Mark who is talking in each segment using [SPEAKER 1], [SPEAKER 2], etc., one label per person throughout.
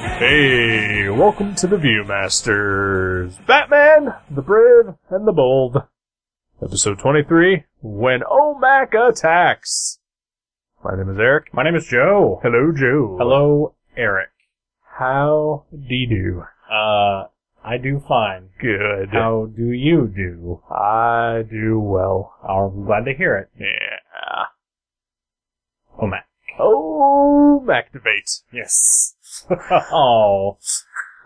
[SPEAKER 1] Hey, welcome to the Viewmasters. Batman, the Brave, and the Bold. Episode 23, When OMAC Attacks. My name is Eric.
[SPEAKER 2] My name is Joe.
[SPEAKER 1] Hello, Joe.
[SPEAKER 2] Hello, Eric.
[SPEAKER 1] How do you do?
[SPEAKER 2] Uh, I do fine.
[SPEAKER 1] Good.
[SPEAKER 2] How do you do?
[SPEAKER 1] I do well.
[SPEAKER 2] I'm glad to hear it.
[SPEAKER 1] Yeah.
[SPEAKER 2] Oh, Matt.
[SPEAKER 1] Oh, activate.
[SPEAKER 2] Yes. oh.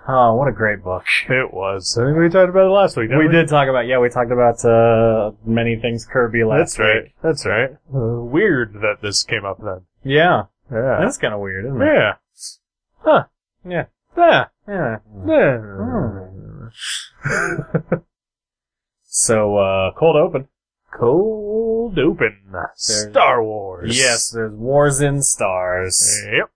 [SPEAKER 2] Oh, what a great book.
[SPEAKER 1] It was. I think we talked about it last week. didn't
[SPEAKER 2] We did talk about, yeah, we talked about, uh, many things Kirby last
[SPEAKER 1] That's right.
[SPEAKER 2] week.
[SPEAKER 1] That's right. Uh, weird that this came up then.
[SPEAKER 2] Yeah.
[SPEAKER 1] Yeah.
[SPEAKER 2] That's kind of weird, isn't it?
[SPEAKER 1] Yeah. Huh.
[SPEAKER 2] Yeah.
[SPEAKER 1] Yeah.
[SPEAKER 2] Yeah.
[SPEAKER 1] Yeah.
[SPEAKER 2] Hmm. So, uh, cold open.
[SPEAKER 1] Cold open. Star Wars.
[SPEAKER 2] Yes, there's Wars in Stars.
[SPEAKER 1] Yep.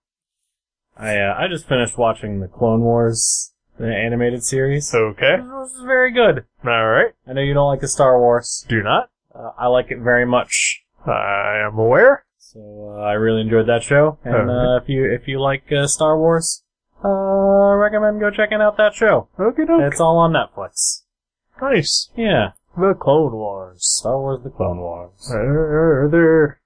[SPEAKER 2] I, uh, I just finished watching the Clone Wars, the animated series.
[SPEAKER 1] Okay.
[SPEAKER 2] It was very good.
[SPEAKER 1] All right.
[SPEAKER 2] I know you don't like the Star Wars.
[SPEAKER 1] Do not.
[SPEAKER 2] Uh, I like it very much.
[SPEAKER 1] I am aware.
[SPEAKER 2] So uh, I really enjoyed that show.
[SPEAKER 1] Oh.
[SPEAKER 2] And uh, if you if you like uh, Star Wars, uh, I recommend go checking out that show.
[SPEAKER 1] Okay,
[SPEAKER 2] It's all on Netflix.
[SPEAKER 1] nice.
[SPEAKER 2] Yeah,
[SPEAKER 1] The Clone Wars.
[SPEAKER 2] Star Wars: The Clone Wars.
[SPEAKER 1] Are, are there?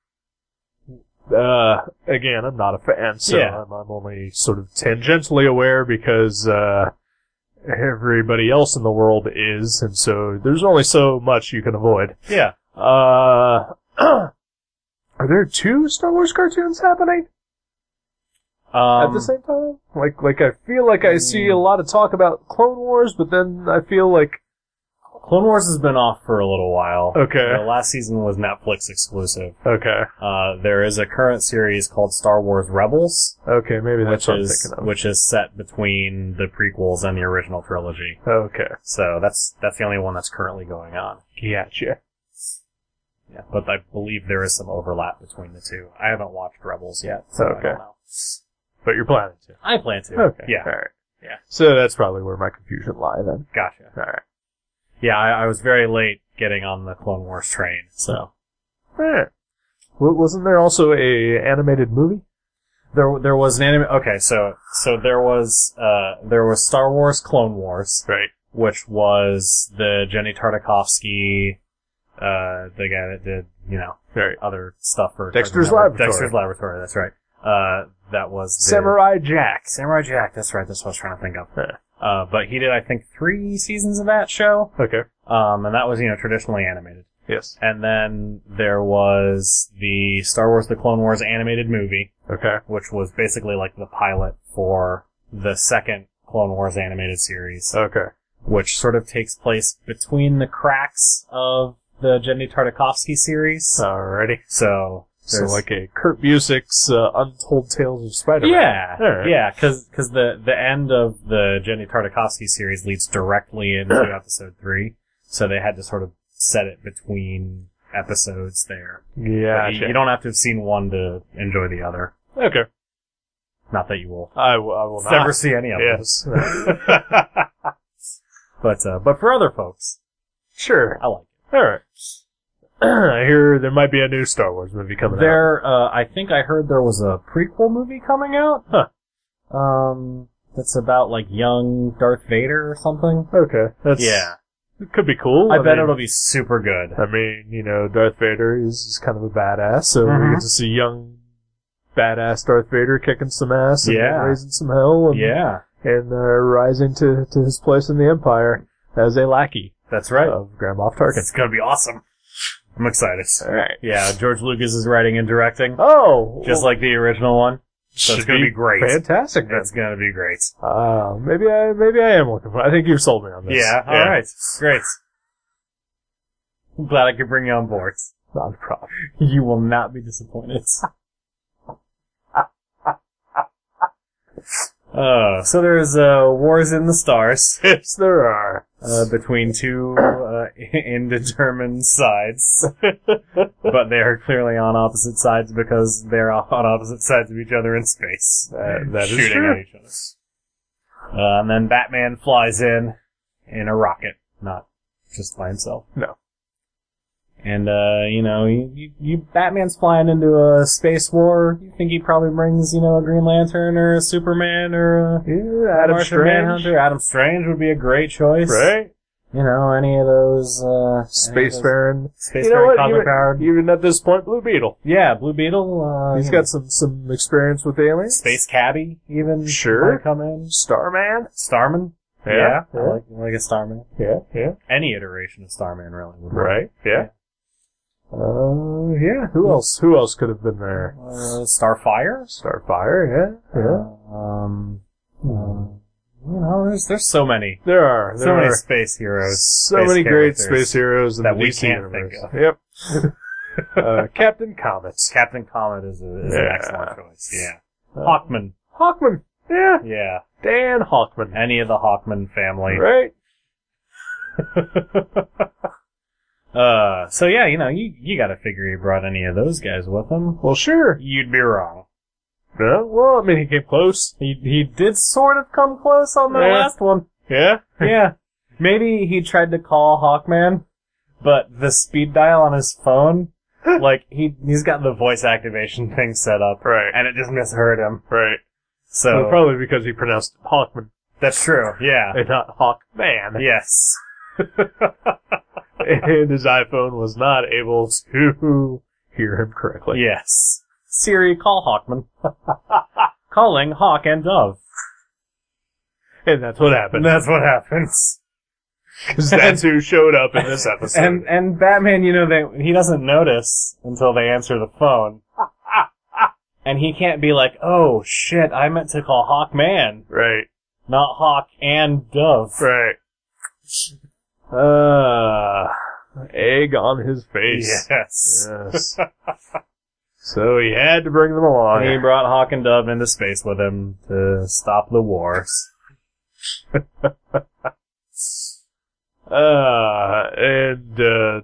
[SPEAKER 1] Uh, again, I'm not a fan, so
[SPEAKER 2] Yeah.
[SPEAKER 1] I'm, I'm only sort of tangentially aware because uh, everybody else in the world is, and so there's only so much you can avoid.
[SPEAKER 2] Yeah,
[SPEAKER 1] Uh, are there two Star Wars cartoons happening
[SPEAKER 2] um, mm.
[SPEAKER 1] at the same time? Like, like I feel like I see a lot of talk about Clone Wars, but then I feel like
[SPEAKER 2] Clone Wars has been off for a little while.
[SPEAKER 1] okay,
[SPEAKER 2] The last season was Netflix exclusive.
[SPEAKER 1] okay,
[SPEAKER 2] Uh, there is a current series called Star Wars Rebels,
[SPEAKER 1] okay, maybe that's
[SPEAKER 2] which
[SPEAKER 1] what I'm
[SPEAKER 2] is
[SPEAKER 1] thinking of.
[SPEAKER 2] which is set between the prequels and the original trilogy.
[SPEAKER 1] Okay,
[SPEAKER 2] So that's that's the only one that's currently going on.
[SPEAKER 1] gotcha.
[SPEAKER 2] Yeah, but I believe there is some overlap between the two. I haven't watched Rebels yet, so I
[SPEAKER 1] Okay.
[SPEAKER 2] don't know.
[SPEAKER 1] But you're planning to.
[SPEAKER 2] I plan to.
[SPEAKER 1] Okay,
[SPEAKER 2] Yeah.
[SPEAKER 1] all right.
[SPEAKER 2] Yeah.
[SPEAKER 1] So that's probably where my confusion lie then.
[SPEAKER 2] Gotcha.
[SPEAKER 1] All right.
[SPEAKER 2] Yeah, I, I was very late getting on the Clone Wars train, so
[SPEAKER 1] Eh. W- Wasn't there also a animated movie? Hmm.
[SPEAKER 2] there there was an anime. Okay, so so there was uh there was Star Wars Clone Wars,
[SPEAKER 1] Right.
[SPEAKER 2] which was the Jenny Tartakovsky, uh, the guy that did you know
[SPEAKER 1] Right.
[SPEAKER 2] other stuff for
[SPEAKER 1] Dexter's
[SPEAKER 2] Cartoon Network.
[SPEAKER 1] Laboratory.
[SPEAKER 2] Dexter's Laboratory. That's right. Uh, that was the,
[SPEAKER 1] Samurai Jack.
[SPEAKER 2] Samurai Jack. That's right. That's what I was trying to think of.
[SPEAKER 1] Yeah.
[SPEAKER 2] Uh, but he did, I think, three seasons of that show,
[SPEAKER 1] Okay.
[SPEAKER 2] um, and that was you know traditionally animated.
[SPEAKER 1] Yes.
[SPEAKER 2] And then there was the Star Wars: The Clone Wars animated movie,
[SPEAKER 1] Okay.
[SPEAKER 2] which was basically like the pilot for the second Clone Wars animated series,
[SPEAKER 1] Okay.
[SPEAKER 2] which sort of takes place between the cracks of the Jenny Tartakovsky series.
[SPEAKER 1] Alrighty.
[SPEAKER 2] so,
[SPEAKER 1] So
[SPEAKER 2] there's-
[SPEAKER 1] like a Kurt Busick's uh, Untold Tales of Spider-Man.
[SPEAKER 2] Yeah,
[SPEAKER 1] All right.
[SPEAKER 2] yeah, because the the end of the Jenny Tartakovsky series leads directly into episode three, so they had to sort of set it between episodes there. But you,
[SPEAKER 1] Gotcha.
[SPEAKER 2] you don't have to have seen one to enjoy the other.
[SPEAKER 1] okay.
[SPEAKER 2] Not that you will
[SPEAKER 1] I will. I will not.
[SPEAKER 2] never see any of them.
[SPEAKER 1] yes.
[SPEAKER 2] But uh, but for other folks,
[SPEAKER 1] sure.
[SPEAKER 2] I like it.
[SPEAKER 1] All right. I hear there might be a new Star Wars movie coming out.
[SPEAKER 2] There, uh, I think I heard there was a prequel movie coming out. Um, that's about like young Darth Vader or something.
[SPEAKER 1] Okay. That's
[SPEAKER 2] yeah,
[SPEAKER 1] It could be cool.
[SPEAKER 2] I, bet
[SPEAKER 1] mean,
[SPEAKER 2] it'll be super good.
[SPEAKER 1] I mean, you know, Darth Vader is, is kind of a badass, so
[SPEAKER 2] Mhm.
[SPEAKER 1] we get to see young, badass Darth Vader kicking some ass and
[SPEAKER 2] Yeah.
[SPEAKER 1] raising some hell and,
[SPEAKER 2] Yeah,
[SPEAKER 1] and uh, rising to, to his place in the Empire as a lackey
[SPEAKER 2] that's right.
[SPEAKER 1] of Grand Moff Tarkin.
[SPEAKER 2] It's gonna be awesome. I'm excited.
[SPEAKER 1] All right.
[SPEAKER 2] Yeah, George Lucas is writing and directing,
[SPEAKER 1] Oh,
[SPEAKER 2] just
[SPEAKER 1] well,
[SPEAKER 2] like the original one. so it's
[SPEAKER 1] should
[SPEAKER 2] gonna be great.
[SPEAKER 1] Fantastic. Then.
[SPEAKER 2] That's gonna be great.
[SPEAKER 1] Uh, maybe I maybe I am looking for. I think you've sold me on this.
[SPEAKER 2] Yeah, all right, great. I'm glad I could bring you on board.
[SPEAKER 1] Not a problem.
[SPEAKER 2] You will not be disappointed. Uh, so there's uh, Wars in the Stars
[SPEAKER 1] Yes, there are.
[SPEAKER 2] uh, between two uh, indeterminate sides, but they are clearly on opposite sides because they're on opposite sides of each other in space.
[SPEAKER 1] Uh, that is
[SPEAKER 2] shooting
[SPEAKER 1] true.
[SPEAKER 2] at each other. Uh, and then Batman flies in in a rocket, not just by himself.
[SPEAKER 1] No.
[SPEAKER 2] And uh, you know, you, you, you Batman's flying into a space war. You think he probably brings you know a Green Lantern or a Superman or a
[SPEAKER 1] Yeah, Adam
[SPEAKER 2] Martian
[SPEAKER 1] Strange.
[SPEAKER 2] Manhunter. Adam Strange would be a great choice,
[SPEAKER 1] Right?
[SPEAKER 2] You know, any of those uh,
[SPEAKER 1] Spacefaring.
[SPEAKER 2] space faring cosmic powered.
[SPEAKER 1] Even, even at this point, Blue Beetle.
[SPEAKER 2] Yeah, Blue Beetle. Uh,
[SPEAKER 1] He's
[SPEAKER 2] you know,
[SPEAKER 1] got some, some experience with aliens.
[SPEAKER 2] space cabbie even.
[SPEAKER 1] Sure.
[SPEAKER 2] might Come in.
[SPEAKER 1] Starman.
[SPEAKER 2] Starman.
[SPEAKER 1] Yeah,
[SPEAKER 2] I
[SPEAKER 1] yeah.
[SPEAKER 2] like I like a Starman.
[SPEAKER 1] Yeah, yeah.
[SPEAKER 2] Any iteration of Starman really would work.
[SPEAKER 1] Right, yeah. Uh, yeah. Who else? Who else could have been there?
[SPEAKER 2] Uh, Starfire.
[SPEAKER 1] Starfire, yeah, yeah.
[SPEAKER 2] Um, uh, you know, there's there's so many,
[SPEAKER 1] There are.
[SPEAKER 2] so
[SPEAKER 1] There
[SPEAKER 2] many
[SPEAKER 1] are
[SPEAKER 2] space heroes,
[SPEAKER 1] so
[SPEAKER 2] space
[SPEAKER 1] many great
[SPEAKER 2] characters.
[SPEAKER 1] space heroes in
[SPEAKER 2] that
[SPEAKER 1] the
[SPEAKER 2] we
[SPEAKER 1] DC
[SPEAKER 2] can't
[SPEAKER 1] universe.
[SPEAKER 2] think
[SPEAKER 1] Yep. uh, Captain Comet.
[SPEAKER 2] Captain Comet is, a, is an
[SPEAKER 1] Yeah.
[SPEAKER 2] excellent choice. Yeah,
[SPEAKER 1] Uh,
[SPEAKER 2] Hawkman.
[SPEAKER 1] Hawkman. Yeah.
[SPEAKER 2] Yeah,
[SPEAKER 1] Dan Hawkman.
[SPEAKER 2] any of the Hawkman family.
[SPEAKER 1] Right?
[SPEAKER 2] uh, so yeah, you know, you you got to figure he brought any of those guys with him.
[SPEAKER 1] Well, sure.
[SPEAKER 2] You'd be wrong.
[SPEAKER 1] No, well, I mean, he came close.
[SPEAKER 2] He he did sort of come close on the
[SPEAKER 1] Yeah.
[SPEAKER 2] last one.
[SPEAKER 1] Yeah?
[SPEAKER 2] yeah. Maybe he tried to call Hawkman, but the speed dial on his phone, like he he's got the voice activation thing set up,
[SPEAKER 1] Right.
[SPEAKER 2] and it just misheard him.
[SPEAKER 1] Right.
[SPEAKER 2] So
[SPEAKER 1] Well, probably because he pronounced it Hawkman
[SPEAKER 2] that's true. Yeah.
[SPEAKER 1] and not Hawkman.
[SPEAKER 2] yes.
[SPEAKER 1] and his iPhone was not able to hear him correctly.
[SPEAKER 2] yes. Siri, call Hawkman. Calling Hawk and Dove.
[SPEAKER 1] And that's what
[SPEAKER 2] And
[SPEAKER 1] happened.
[SPEAKER 2] that's what happens.
[SPEAKER 1] Because that's who showed up in this episode.
[SPEAKER 2] And and Batman, you know, they, he doesn't notice until they answer the phone. And he can't be like, oh shit, I meant to call Hawkman.
[SPEAKER 1] right,
[SPEAKER 2] Not Hawk and Dove.
[SPEAKER 1] right. Uh, egg on his face.
[SPEAKER 2] Yes.
[SPEAKER 1] Yes. so he had to bring them along.
[SPEAKER 2] And he brought Hawk and Dove into space with him to stop the wars.
[SPEAKER 1] Uh, and, uh,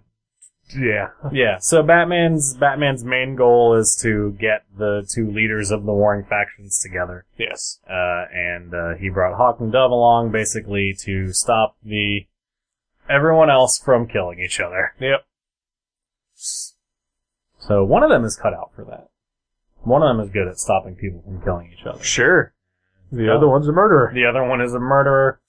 [SPEAKER 1] yeah.
[SPEAKER 2] Yeah. So Batman's Batman's main goal is to get the two leaders of the warring factions together.
[SPEAKER 1] Yes.
[SPEAKER 2] Uh, and uh, he brought Hawk and Dove along basically to stop the everyone else from killing each other.
[SPEAKER 1] Yep.
[SPEAKER 2] So one of them is cut out for that. One of them is good at stopping people from killing each other.
[SPEAKER 1] Sure. The
[SPEAKER 2] Oh.
[SPEAKER 1] other one's a murderer.
[SPEAKER 2] The other one is a murderer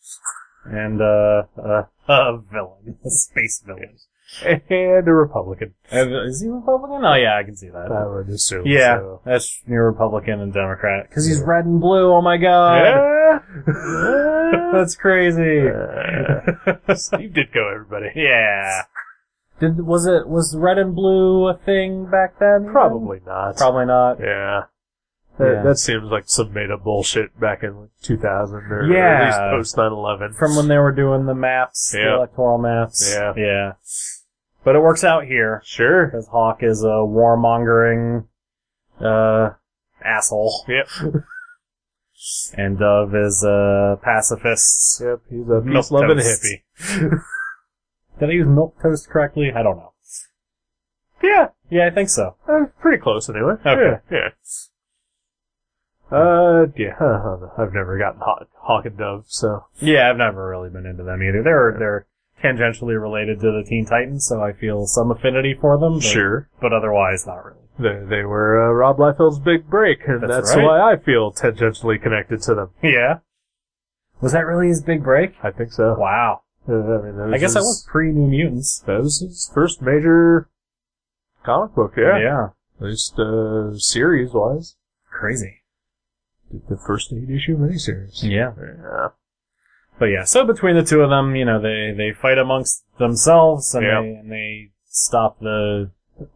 [SPEAKER 2] and uh, a, a villain, a space villain.
[SPEAKER 1] And a Republican.
[SPEAKER 2] And is he Republican? Oh yeah, I can see that.
[SPEAKER 1] I would assume.
[SPEAKER 2] yeah,
[SPEAKER 1] so.
[SPEAKER 2] that's near Republican and Democrat because he's red and blue. Oh my god,
[SPEAKER 1] Uh, Yeah.
[SPEAKER 2] that's crazy.
[SPEAKER 1] Uh, Steve Ditko, everybody.
[SPEAKER 2] yeah. Did was it was red and blue a thing back then? even?
[SPEAKER 1] Probably not.
[SPEAKER 2] Probably not.
[SPEAKER 1] Yeah. That,
[SPEAKER 2] Yeah.
[SPEAKER 1] that seems like some made up bullshit back in like 2000 or, or
[SPEAKER 2] Yeah.
[SPEAKER 1] at least post 9 11.
[SPEAKER 2] From when they were doing the maps, the
[SPEAKER 1] Yeah.
[SPEAKER 2] electoral maps.
[SPEAKER 1] Yeah.
[SPEAKER 2] Yeah. But it works out here
[SPEAKER 1] Sure.
[SPEAKER 2] because Hawk is a warmongering uh asshole.
[SPEAKER 1] Yep.
[SPEAKER 2] And Dove is a pacifist.
[SPEAKER 1] Yep. He's a
[SPEAKER 2] Milk
[SPEAKER 1] peace loving
[SPEAKER 2] toast.
[SPEAKER 1] hippie.
[SPEAKER 2] Did I use milk toast correctly? I don't know.
[SPEAKER 1] Yeah.
[SPEAKER 2] Yeah, I think so.
[SPEAKER 1] Uh, pretty close anyway.
[SPEAKER 2] Okay.
[SPEAKER 1] Yeah. yeah. Uh, yeah. I don't know. I've never gotten Hawk, Hawk and Dove, so.
[SPEAKER 2] Yeah, I've never really been into them either. They're they're tangentially related to the Teen Titans, so I feel some affinity for them. But,
[SPEAKER 1] Sure.
[SPEAKER 2] but otherwise, not really.
[SPEAKER 1] They, they were uh, Rob Liefeld's big break, and
[SPEAKER 2] That's
[SPEAKER 1] that's,
[SPEAKER 2] right.
[SPEAKER 1] why I feel tangentially connected to them.
[SPEAKER 2] Yeah. Was that really his big break?
[SPEAKER 1] I think so.
[SPEAKER 2] Wow.
[SPEAKER 1] Uh, I mean, that
[SPEAKER 2] I guess
[SPEAKER 1] his,
[SPEAKER 2] I was pre New Mutants.
[SPEAKER 1] That was his first major comic book, yeah.
[SPEAKER 2] Yeah.
[SPEAKER 1] At least uh, series wise.
[SPEAKER 2] Crazy.
[SPEAKER 1] The first eight issue miniseries.
[SPEAKER 2] Yeah.
[SPEAKER 1] Yeah.
[SPEAKER 2] But yeah, so between the two of them, you know, they, they fight amongst themselves and,
[SPEAKER 1] Yeah.
[SPEAKER 2] they, and they stop the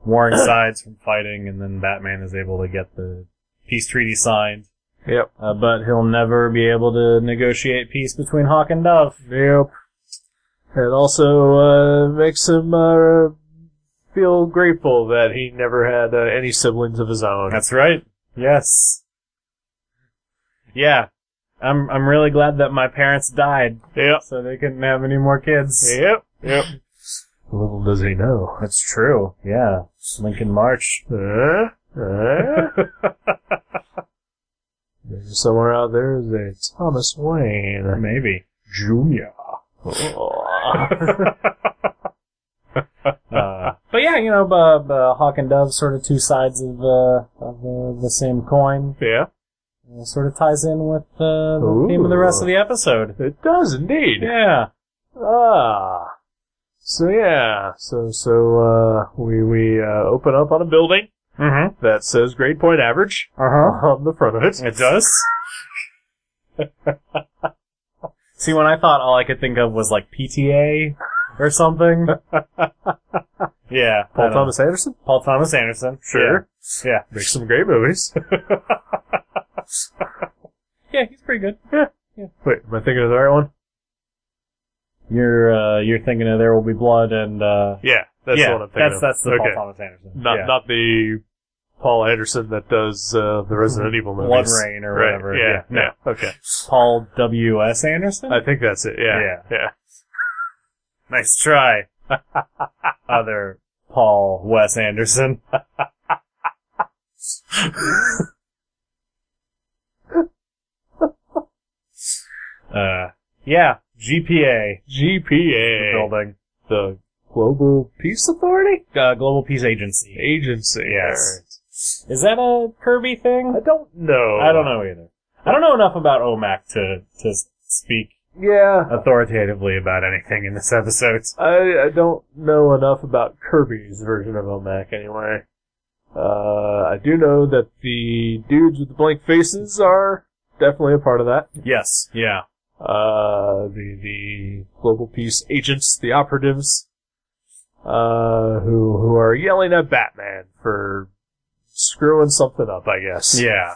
[SPEAKER 2] warring sides from fighting, and then Batman is able to get the peace treaty signed.
[SPEAKER 1] Yep.
[SPEAKER 2] Uh, but he'll never be able to negotiate peace between Hawk and Dove.
[SPEAKER 1] Yep. It also uh, makes him uh, feel grateful that he never had uh, any siblings of his own.
[SPEAKER 2] That's right. Yes. Yeah. I'm, I'm really glad that my parents died
[SPEAKER 1] yep.
[SPEAKER 2] so they couldn't have any more kids.
[SPEAKER 1] Yep. Yep. Little does he know.
[SPEAKER 2] That's true. Yeah. Lincoln March.
[SPEAKER 1] Uh, uh. Maybe somewhere out there is a Thomas Wayne
[SPEAKER 2] Maybe.
[SPEAKER 1] Jr. Oh.
[SPEAKER 2] Uh, but yeah, yeah, you know, uh, uh, hawk and dove, sort of two sides of the of uh, the same coin.
[SPEAKER 1] Yeah,
[SPEAKER 2] It sort of ties in with uh, the
[SPEAKER 1] Ooh.
[SPEAKER 2] theme of the rest of the episode.
[SPEAKER 1] it does indeed.
[SPEAKER 2] Yeah,
[SPEAKER 1] Ah. So yeah, so so uh, we we uh, open up on a building
[SPEAKER 2] mm-hmm.
[SPEAKER 1] that says grade point average
[SPEAKER 2] uh
[SPEAKER 1] on the front of it.
[SPEAKER 2] It does. See, when I thought all I could think of was like PTA or something. yeah, I
[SPEAKER 1] Paul
[SPEAKER 2] don't-
[SPEAKER 1] Thomas Anderson.
[SPEAKER 2] Paul Thomas Anderson.
[SPEAKER 1] Sure.
[SPEAKER 2] Yeah. yeah.
[SPEAKER 1] Makes some great movies.
[SPEAKER 2] Yeah, he's pretty good.
[SPEAKER 1] Wait, am I thinking of the right one?
[SPEAKER 2] You're uh, you're thinking of There Will Be Blood and uh,
[SPEAKER 1] Yeah, that's
[SPEAKER 2] yeah,
[SPEAKER 1] the one I'm thinking
[SPEAKER 2] that's
[SPEAKER 1] of.
[SPEAKER 2] that's the
[SPEAKER 1] okay.
[SPEAKER 2] Paul Thomas Anderson.
[SPEAKER 1] Not
[SPEAKER 2] yeah.
[SPEAKER 1] not the Paul Anderson that does uh, the Resident Evil movies.
[SPEAKER 2] Blood Rain or
[SPEAKER 1] Right,
[SPEAKER 2] whatever.
[SPEAKER 1] Yeah,
[SPEAKER 2] No.
[SPEAKER 1] yeah. Okay.
[SPEAKER 2] Paul W S Anderson.
[SPEAKER 1] I think that's it. Yeah.
[SPEAKER 2] Yeah.
[SPEAKER 1] Yeah.
[SPEAKER 2] nice try. Other Paul Wes Anderson. uh, yeah, GPA
[SPEAKER 1] GPA.
[SPEAKER 2] building,
[SPEAKER 1] the Global Peace Authority
[SPEAKER 2] uh, Global Peace Agency.
[SPEAKER 1] agency.
[SPEAKER 2] Yes. Is that a Kirby thing? Oh.
[SPEAKER 1] I don't know.
[SPEAKER 2] I don't know either. I don't know enough about OMAC to to speak
[SPEAKER 1] Yeah,
[SPEAKER 2] authoritatively about anything in this episode.
[SPEAKER 1] I, I don't know enough about Kirby's version of OMAC anyway. Uh, I do know that the dudes with the blank faces are definitely a part of that.
[SPEAKER 2] Yes. Yeah.
[SPEAKER 1] Uh, the the global peace agents, the operatives, uh, who who are yelling at Batman for screwing something up, I guess.
[SPEAKER 2] Yeah.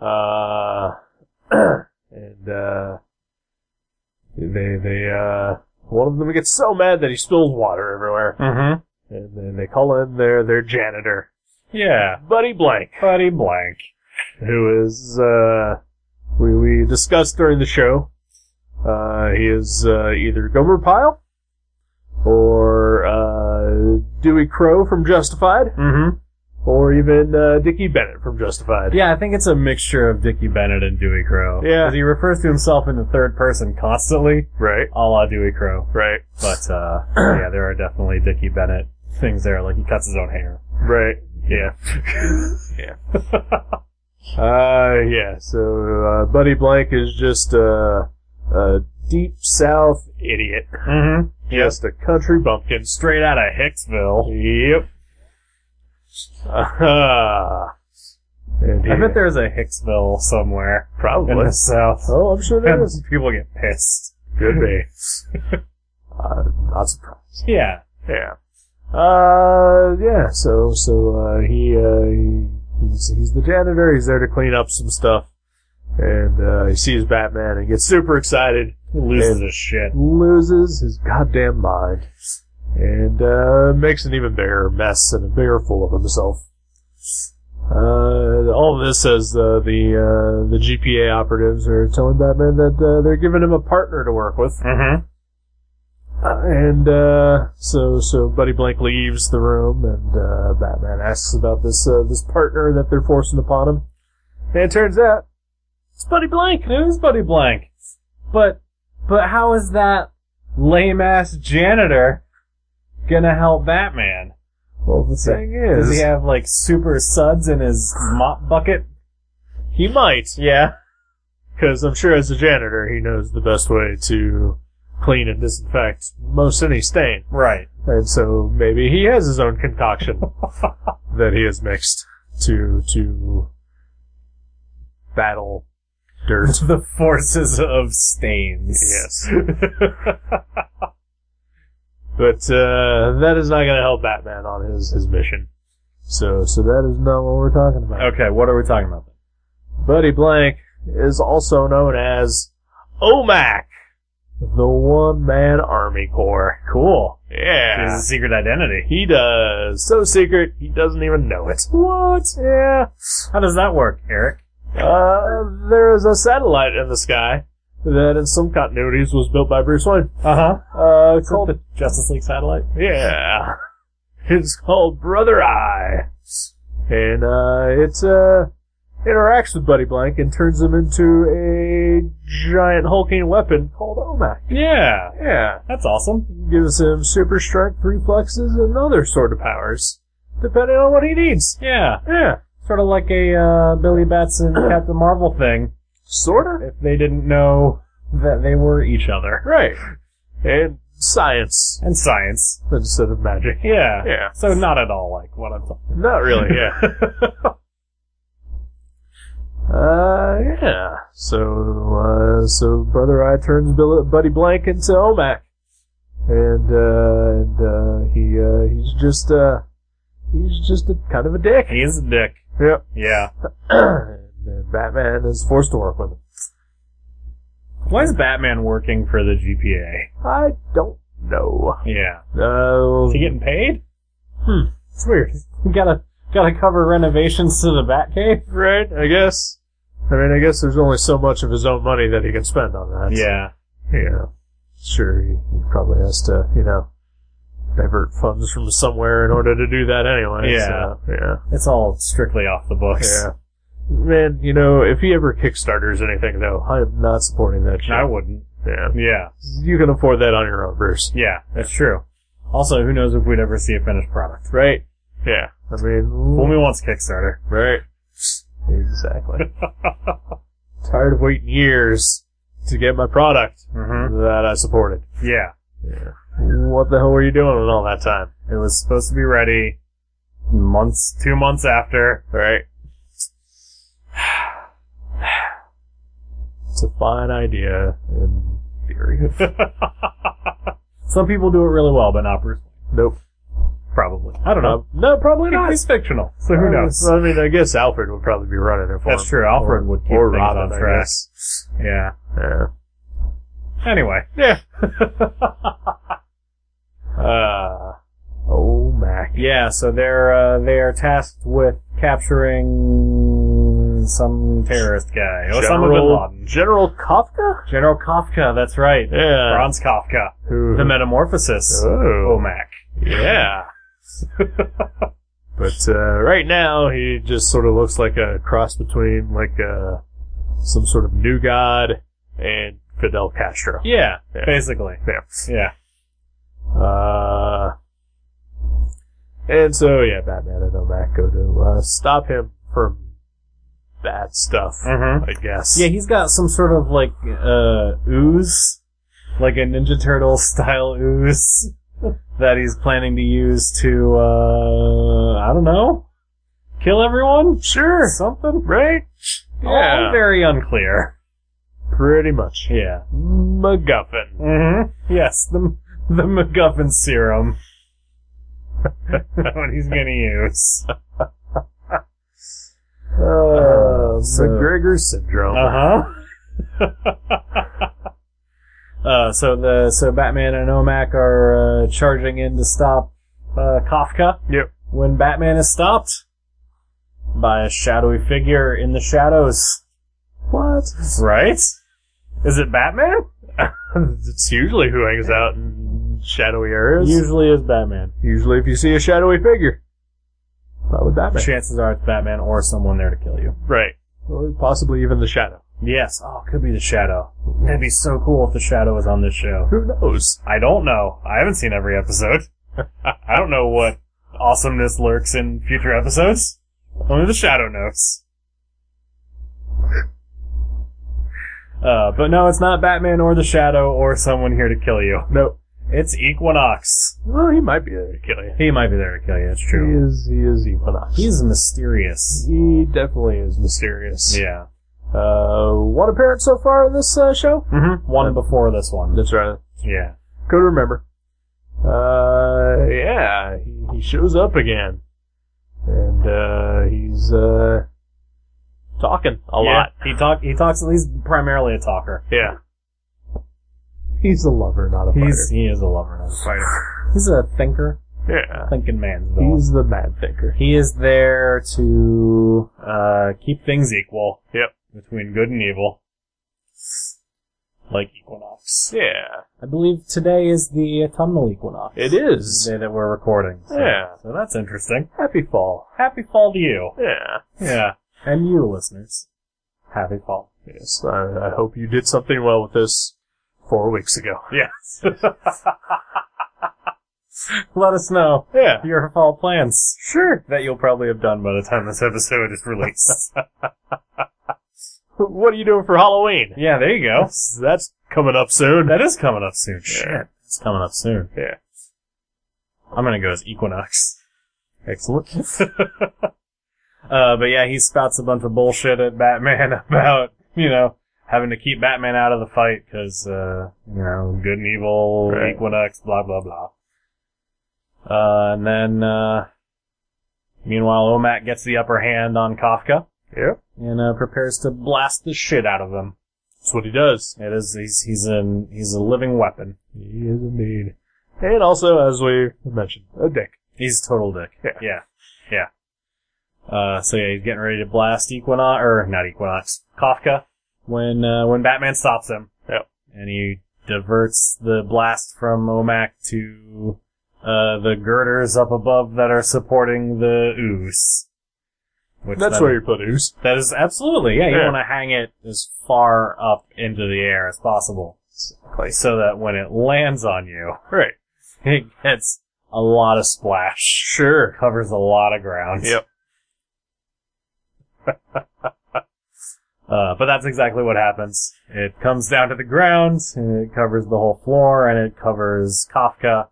[SPEAKER 1] Uh, and uh, they they uh, one of them gets so mad that he spills water everywhere,
[SPEAKER 2] Mm-hmm.
[SPEAKER 1] and then they call in their their janitor,
[SPEAKER 2] Yeah.
[SPEAKER 1] Buddy Blank,
[SPEAKER 2] Buddy Blank.
[SPEAKER 1] who is uh, we we discussed during the show. Uh, he is uh, either Gomer Pyle or uh, Dewey Crow from Justified,
[SPEAKER 2] Mm-hmm.
[SPEAKER 1] or even uh, Dickie Bennett from Justified.
[SPEAKER 2] Yeah, I think it's a mixture of Dickie Bennett and Dewey Crow.
[SPEAKER 1] Yeah.
[SPEAKER 2] 'Cause he refers to himself in the third person constantly,
[SPEAKER 1] Right.
[SPEAKER 2] a la Dewey Crow.
[SPEAKER 1] Right.
[SPEAKER 2] But, uh, yeah, there are definitely Dickie Bennett things there, like he cuts his own hair.
[SPEAKER 1] Right. Yeah. yeah. uh, yeah. So, uh, Buddy Blank is just a, a Uh, deep south idiot.
[SPEAKER 2] Mm-hmm.
[SPEAKER 1] Just a country bumpkin.
[SPEAKER 2] Straight out of Hicksville.
[SPEAKER 1] Yep. Uh-huh. And
[SPEAKER 2] I
[SPEAKER 1] he-
[SPEAKER 2] bet there's a Hicksville somewhere in
[SPEAKER 1] probably.
[SPEAKER 2] the South.
[SPEAKER 1] Oh, I'm sure there
[SPEAKER 2] And
[SPEAKER 1] is.
[SPEAKER 2] people get pissed.
[SPEAKER 1] Could be. uh, not surprised.
[SPEAKER 2] Yeah.
[SPEAKER 1] Yeah. Uh, yeah. So, so uh, he, uh, he he's he's the janitor. He's there to clean up some stuff, and uh, he sees Batman and gets super excited,
[SPEAKER 2] He loses
[SPEAKER 1] And-
[SPEAKER 2] his shit.
[SPEAKER 1] loses his goddamn mind, and uh, makes an even bigger mess and a bigger fool of himself. Uh, all of this says uh, the uh, the GPA operatives are telling Batman that uh, they're giving him a partner to work with.
[SPEAKER 2] Mm-hmm.
[SPEAKER 1] Uh, and uh, so so Buddy Blank leaves the room, and uh, Batman asks about this uh, this partner that they're forcing upon him. And it turns out it's Buddy Blank.
[SPEAKER 2] It was Buddy Blank. But, but how is that lame ass janitor gonna help Batman?
[SPEAKER 1] Well, the thing
[SPEAKER 2] Does
[SPEAKER 1] is,
[SPEAKER 2] he have like super suds in his mop bucket?
[SPEAKER 1] he might
[SPEAKER 2] Yeah.
[SPEAKER 1] because I'm sure as a janitor he knows the best way to clean and disinfect most any stain,
[SPEAKER 2] Right.
[SPEAKER 1] and so maybe he has his own concoction that he has mixed to to battle dirt.
[SPEAKER 2] the forces of stains.
[SPEAKER 1] Yes. but uh, that is not going to help Batman on his, his mission. So so that is not what we're talking about.
[SPEAKER 2] Okay, what are we talking about?
[SPEAKER 1] Buddy Blank is also known as OMAC, the One Man Army Corps.
[SPEAKER 2] Cool. He
[SPEAKER 1] Yeah.
[SPEAKER 2] has a secret identity.
[SPEAKER 1] He does. So secret, he doesn't even know it.
[SPEAKER 2] What?
[SPEAKER 1] Yeah.
[SPEAKER 2] How does that work, Eric?
[SPEAKER 1] Uh, there is a satellite in the sky that in some continuities was built by Bruce Wayne.
[SPEAKER 2] Uh huh.
[SPEAKER 1] Uh,
[SPEAKER 2] It's
[SPEAKER 1] called
[SPEAKER 2] called the Justice League satellite.
[SPEAKER 1] Yeah. It's called Brother Eye. And, uh, it's, uh, interacts with Buddy Blank and turns him into a giant hulking weapon called Omak.
[SPEAKER 2] Yeah,
[SPEAKER 1] Yeah.
[SPEAKER 2] that's awesome.
[SPEAKER 1] Gives him super strength, reflexes, and other sort of powers, depending on what he needs.
[SPEAKER 2] Yeah,
[SPEAKER 1] Yeah.
[SPEAKER 2] sort of like a uh, Billy Batson Captain Marvel thing.
[SPEAKER 1] Sorta.
[SPEAKER 2] If they didn't know that they were each other
[SPEAKER 1] Right. And science
[SPEAKER 2] and science.
[SPEAKER 1] instead of magic.
[SPEAKER 2] Yeah.
[SPEAKER 1] Yeah.
[SPEAKER 2] So not at all like what I'm talking.
[SPEAKER 1] Not really, yeah. uh, yeah. So, uh, so Brother Eye turns Bill, Buddy Blank into Omac. And, uh, and, uh, he, uh, he's just, uh, he's just a, kind of a dick.
[SPEAKER 2] He is a dick.
[SPEAKER 1] Yep.
[SPEAKER 2] Yeah.
[SPEAKER 1] and then Batman is forced to work with him.
[SPEAKER 2] Why is Batman working for the GPA?
[SPEAKER 1] I don't know.
[SPEAKER 2] Yeah.
[SPEAKER 1] Uh,
[SPEAKER 2] Is he getting paid?
[SPEAKER 1] Hmm.
[SPEAKER 2] It's weird. You gotta gotta cover renovations to the Batcave.
[SPEAKER 1] right, I guess. I mean, I guess there's only so much of his own money that he can spend on that.
[SPEAKER 2] Yeah.
[SPEAKER 1] you know, sure, he, he probably has to, you know, divert funds from somewhere in order to do that anyway.
[SPEAKER 2] Yeah.
[SPEAKER 1] so, yeah,
[SPEAKER 2] It's all strictly off the books.
[SPEAKER 1] yeah. Man, you know, if he ever Kickstarters anything, though, I am not supporting that shit.
[SPEAKER 2] I wouldn't.
[SPEAKER 1] yeah.
[SPEAKER 2] Yeah.
[SPEAKER 1] You can afford that on your own, Bruce.
[SPEAKER 2] Yeah, that's true. Also, who knows if we'd ever see a finished product.
[SPEAKER 1] Right? Yeah. I mean,
[SPEAKER 2] Fool me once, Kickstarter.
[SPEAKER 1] right. Exactly. Tired of waiting years to get my product
[SPEAKER 2] mm-hmm.
[SPEAKER 1] that I supported.
[SPEAKER 2] Yeah.
[SPEAKER 1] Yeah. What the hell were you doing in all that time?
[SPEAKER 2] It was supposed to be ready months, two months after.
[SPEAKER 1] Right. It's a fine idea in theory.
[SPEAKER 2] Some people do it really well, but not Bruce.
[SPEAKER 1] Nope.
[SPEAKER 2] Probably. I don't know. Uh,
[SPEAKER 1] No, probably not. Uh,
[SPEAKER 2] He's fictional, so who knows?
[SPEAKER 1] I mean, I guess Alfred would probably be running it for
[SPEAKER 2] That's
[SPEAKER 1] him.
[SPEAKER 2] true. Alfred
[SPEAKER 1] Or-
[SPEAKER 2] would keep
[SPEAKER 1] or
[SPEAKER 2] things
[SPEAKER 1] Robin,
[SPEAKER 2] on
[SPEAKER 1] I
[SPEAKER 2] track.
[SPEAKER 1] guess.
[SPEAKER 2] Yeah.
[SPEAKER 1] Yeah.
[SPEAKER 2] Anyway.
[SPEAKER 1] Yeah. uh, oh, Mac.
[SPEAKER 2] Yeah, so they're uh, they are tasked with capturing some terrorist guy. Osama bin
[SPEAKER 1] General,
[SPEAKER 2] Laden.
[SPEAKER 1] General Kafka?
[SPEAKER 2] General Kafka, that's right. Uh,
[SPEAKER 1] Yeah.
[SPEAKER 2] Franz Kafka.
[SPEAKER 1] Who?
[SPEAKER 2] The Metamorphosis.
[SPEAKER 1] Oh,
[SPEAKER 2] OMAC.
[SPEAKER 1] Yeah. but uh, right now, he just sort of looks like a cross between like uh, some sort of new god and Fidel Castro.
[SPEAKER 2] Yeah,
[SPEAKER 1] Yeah.
[SPEAKER 2] basically.
[SPEAKER 1] Yeah.
[SPEAKER 2] Yeah.
[SPEAKER 1] Uh, and so yeah, Batman and Omak go to uh, stop him from bad stuff.
[SPEAKER 2] Mm-hmm.
[SPEAKER 1] I guess.
[SPEAKER 2] Yeah, he's got some sort of like uh ooze, like a Ninja Turtle style ooze that he's planning to use to uh I don't know, kill everyone,
[SPEAKER 1] Sure.
[SPEAKER 2] something.
[SPEAKER 1] Right.
[SPEAKER 2] Oh, I'm very unclear.
[SPEAKER 1] Pretty much.
[SPEAKER 2] Yeah.
[SPEAKER 1] MacGuffin.
[SPEAKER 2] Mm-hmm. Yes, the the MacGuffin serum. what he's gonna use.
[SPEAKER 1] Uh,
[SPEAKER 2] Oh, so-
[SPEAKER 1] McGregor syndrome.
[SPEAKER 2] Uh huh. uh, so the so Batman and Omak are uh, charging in to stop uh, Kafka.
[SPEAKER 1] Yep.
[SPEAKER 2] When Batman is stopped by a shadowy figure in the shadows,
[SPEAKER 1] What?
[SPEAKER 2] right? Is it Batman?
[SPEAKER 1] it's usually who hangs out in shadowy areas.
[SPEAKER 2] Usually is Batman.
[SPEAKER 1] Usually, if you see a shadowy figure, probably Batman.
[SPEAKER 2] Chances are it's Batman or someone there to kill you.
[SPEAKER 1] Right. Or possibly even the shadow.
[SPEAKER 2] Yes. Oh, it could be the Shadow. That'd be so cool if the Shadow was on this show.
[SPEAKER 1] Who knows?
[SPEAKER 2] I don't know. I haven't seen every episode. I don't know what awesomeness lurks in future episodes. Only the Shadow knows. Uh, but no, it's not Batman or the Shadow or someone here to kill you.
[SPEAKER 1] No.
[SPEAKER 2] It's Equinox.
[SPEAKER 1] Well, he might be there to kill you.
[SPEAKER 2] He might be there to kill you. It's true.
[SPEAKER 1] He is. He is Equinox.
[SPEAKER 2] He's mysterious.
[SPEAKER 1] he definitely is mysterious.
[SPEAKER 2] Yeah.
[SPEAKER 1] Uh, one appearance so far in this uh, show.
[SPEAKER 2] Mm-hmm. One before this one.
[SPEAKER 1] That's right.
[SPEAKER 2] Yeah.
[SPEAKER 1] Good to remember. Uh, yeah, he, he shows up again, and uh, he's uh talking a
[SPEAKER 2] Yeah.
[SPEAKER 1] lot.
[SPEAKER 2] He talk. He talks. He's primarily a talker.
[SPEAKER 1] Yeah. He's a lover, not a fighter.
[SPEAKER 2] He's he is a lover, not a fighter. He's a thinker,
[SPEAKER 1] yeah.
[SPEAKER 2] thinking man's villain.
[SPEAKER 1] He's the mad thinker.
[SPEAKER 2] He is there to uh, keep things equal.
[SPEAKER 1] Yep.
[SPEAKER 2] Between good and evil. Like Equinox.
[SPEAKER 1] Yeah.
[SPEAKER 2] I believe today is the autumnal equinox.
[SPEAKER 1] It
[SPEAKER 2] It's
[SPEAKER 1] is.
[SPEAKER 2] The day that we're recording. So,
[SPEAKER 1] Yeah.
[SPEAKER 2] So that's interesting.
[SPEAKER 1] Happy fall.
[SPEAKER 2] Happy fall to you.
[SPEAKER 1] Yeah.
[SPEAKER 2] Yeah. and you listeners have a fall.
[SPEAKER 1] Yes, I, I hope you did something well with this four weeks ago. Yes.
[SPEAKER 2] Let us know
[SPEAKER 1] yeah.
[SPEAKER 2] your fall plans. Sure. That you'll probably have done by the time this episode is released.
[SPEAKER 1] What are you doing for Halloween?
[SPEAKER 2] yeah, there you go.
[SPEAKER 1] That's, that's coming up soon.
[SPEAKER 2] That is coming up soon.
[SPEAKER 1] Yeah.
[SPEAKER 2] Shit. It's coming up soon.
[SPEAKER 1] Yeah.
[SPEAKER 2] I'm gonna go as Equinox. Excellent. uh, but yeah, he spouts a bunch of bullshit at Batman about, you know, having to keep Batman out of the fight because, uh, you know, good and evil,
[SPEAKER 1] Right.
[SPEAKER 2] Equinox, blah, blah, blah. Uh, and then, uh, meanwhile, Omak gets the upper hand on Kafka
[SPEAKER 1] Yeah.
[SPEAKER 2] and, uh, prepares to blast the shit out of him.
[SPEAKER 1] That's what he does.
[SPEAKER 2] It is, he's, he's an, he's a living weapon. uh,
[SPEAKER 1] He is indeed. And also, as we mentioned, a dick.
[SPEAKER 2] He's a total dick.
[SPEAKER 1] Yeah.
[SPEAKER 2] Yeah. Yeah. Uh, so yeah, he's getting ready to blast Equinox, or not Equinox, Kafka, when, uh, when Batman stops him.
[SPEAKER 1] Yep.
[SPEAKER 2] And he diverts the blast from Omak to, uh, the girders up above that are supporting the ooze. Which
[SPEAKER 1] That's
[SPEAKER 2] then-
[SPEAKER 1] where you put ooze.
[SPEAKER 2] that is absolutely, yeah, you
[SPEAKER 1] Yeah.
[SPEAKER 2] want to hang it as far up into the air as possible. So that when it lands on you,
[SPEAKER 1] Right.
[SPEAKER 2] it gets a lot of splash. Sure. Covers a lot of ground.
[SPEAKER 1] Yep.
[SPEAKER 2] Uh, but that's exactly what happens. It comes down to the ground, and it covers the whole floor, and it covers Kafka.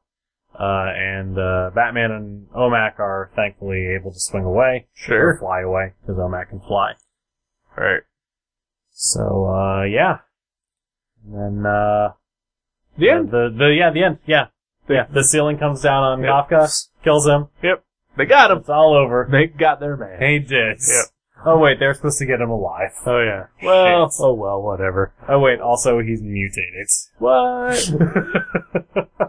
[SPEAKER 2] Uh, and uh, Batman and Omak are thankfully able to swing away or
[SPEAKER 1] Sure.
[SPEAKER 2] fly away because Omak can fly.
[SPEAKER 1] Right.
[SPEAKER 2] So uh, yeah, and then uh,
[SPEAKER 1] The end.
[SPEAKER 2] the, the yeah the end yeah yeah the ceiling comes down on
[SPEAKER 1] Yep.
[SPEAKER 2] Kafka, kills him.
[SPEAKER 1] They got him.
[SPEAKER 2] It's all over.
[SPEAKER 1] They got their man.
[SPEAKER 2] He did.
[SPEAKER 1] Yep.
[SPEAKER 2] Oh wait, they're supposed to get him alive.
[SPEAKER 1] Oh yeah.
[SPEAKER 2] Well-
[SPEAKER 1] oh well, whatever.
[SPEAKER 2] Oh wait, also he's mutated.
[SPEAKER 1] What?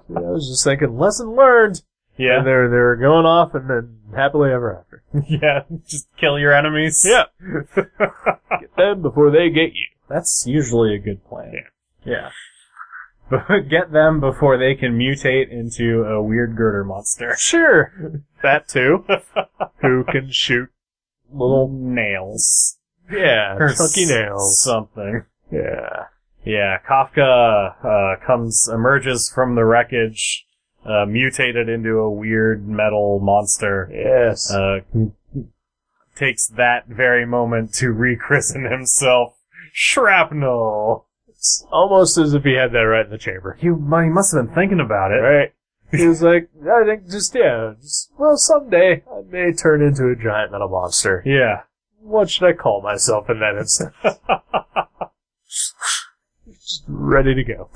[SPEAKER 1] Yeah, I was just thinking, lesson learned.
[SPEAKER 2] yeah,
[SPEAKER 1] And they're they're going off and then happily ever after.
[SPEAKER 2] yeah. Just kill your enemies.
[SPEAKER 1] get them before they get you.
[SPEAKER 2] that's usually a good plan.
[SPEAKER 1] Yeah.
[SPEAKER 2] Yeah. But get them before they can mutate into a weird girder monster.
[SPEAKER 1] Sure. That too. Who can shoot
[SPEAKER 2] Little nails.
[SPEAKER 1] yeah,
[SPEAKER 2] Or
[SPEAKER 1] chunky
[SPEAKER 2] s-
[SPEAKER 1] nails.
[SPEAKER 2] Something.
[SPEAKER 1] yeah.
[SPEAKER 2] Yeah, Kafka uh, comes emerges from the wreckage, uh, mutated into a weird metal monster.
[SPEAKER 1] Yes.
[SPEAKER 2] uh, takes that very moment to rechristen himself Shrapnel.
[SPEAKER 1] it's almost as if he had that right in the chamber.
[SPEAKER 2] You, he must have been thinking about it.
[SPEAKER 1] Right. He was like, I think just yeah, just well someday I may turn into a giant metal monster.
[SPEAKER 2] Yeah.
[SPEAKER 1] What should I call myself in that instance? just ready to go.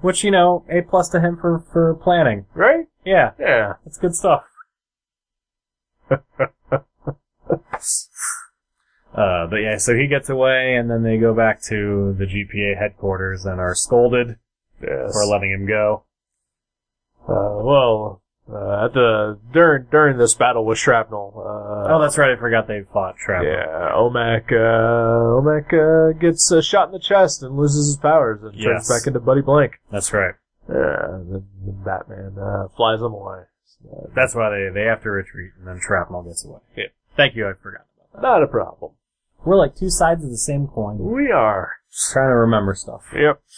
[SPEAKER 2] Which, you know, A plus to him for, for planning.
[SPEAKER 1] right?
[SPEAKER 2] Yeah,
[SPEAKER 1] Yeah.
[SPEAKER 2] that's good stuff. uh, but yeah, so he gets away and then they go back to the GPA headquarters and are scolded
[SPEAKER 1] Yes.
[SPEAKER 2] for letting him go.
[SPEAKER 1] Uh, well, uh, at the during during this battle with shrapnel, uh,
[SPEAKER 2] oh, that's right, I forgot they fought Shrapnel.
[SPEAKER 1] yeah, Omak uh, Omak uh, gets uh, shot in the chest and loses his powers and
[SPEAKER 2] Yes.
[SPEAKER 1] turns back into Buddy Blank.
[SPEAKER 2] That's right.
[SPEAKER 1] Yeah, and then, then Batman uh, flies him away. So,
[SPEAKER 2] That's why they, they have to retreat, and then shrapnel gets away.
[SPEAKER 1] Yeah.
[SPEAKER 2] Thank you, I forgot about
[SPEAKER 1] not a problem.
[SPEAKER 2] that. We're like two sides of the same coin.
[SPEAKER 1] We are.
[SPEAKER 2] trying to remember stuff.
[SPEAKER 1] Yep.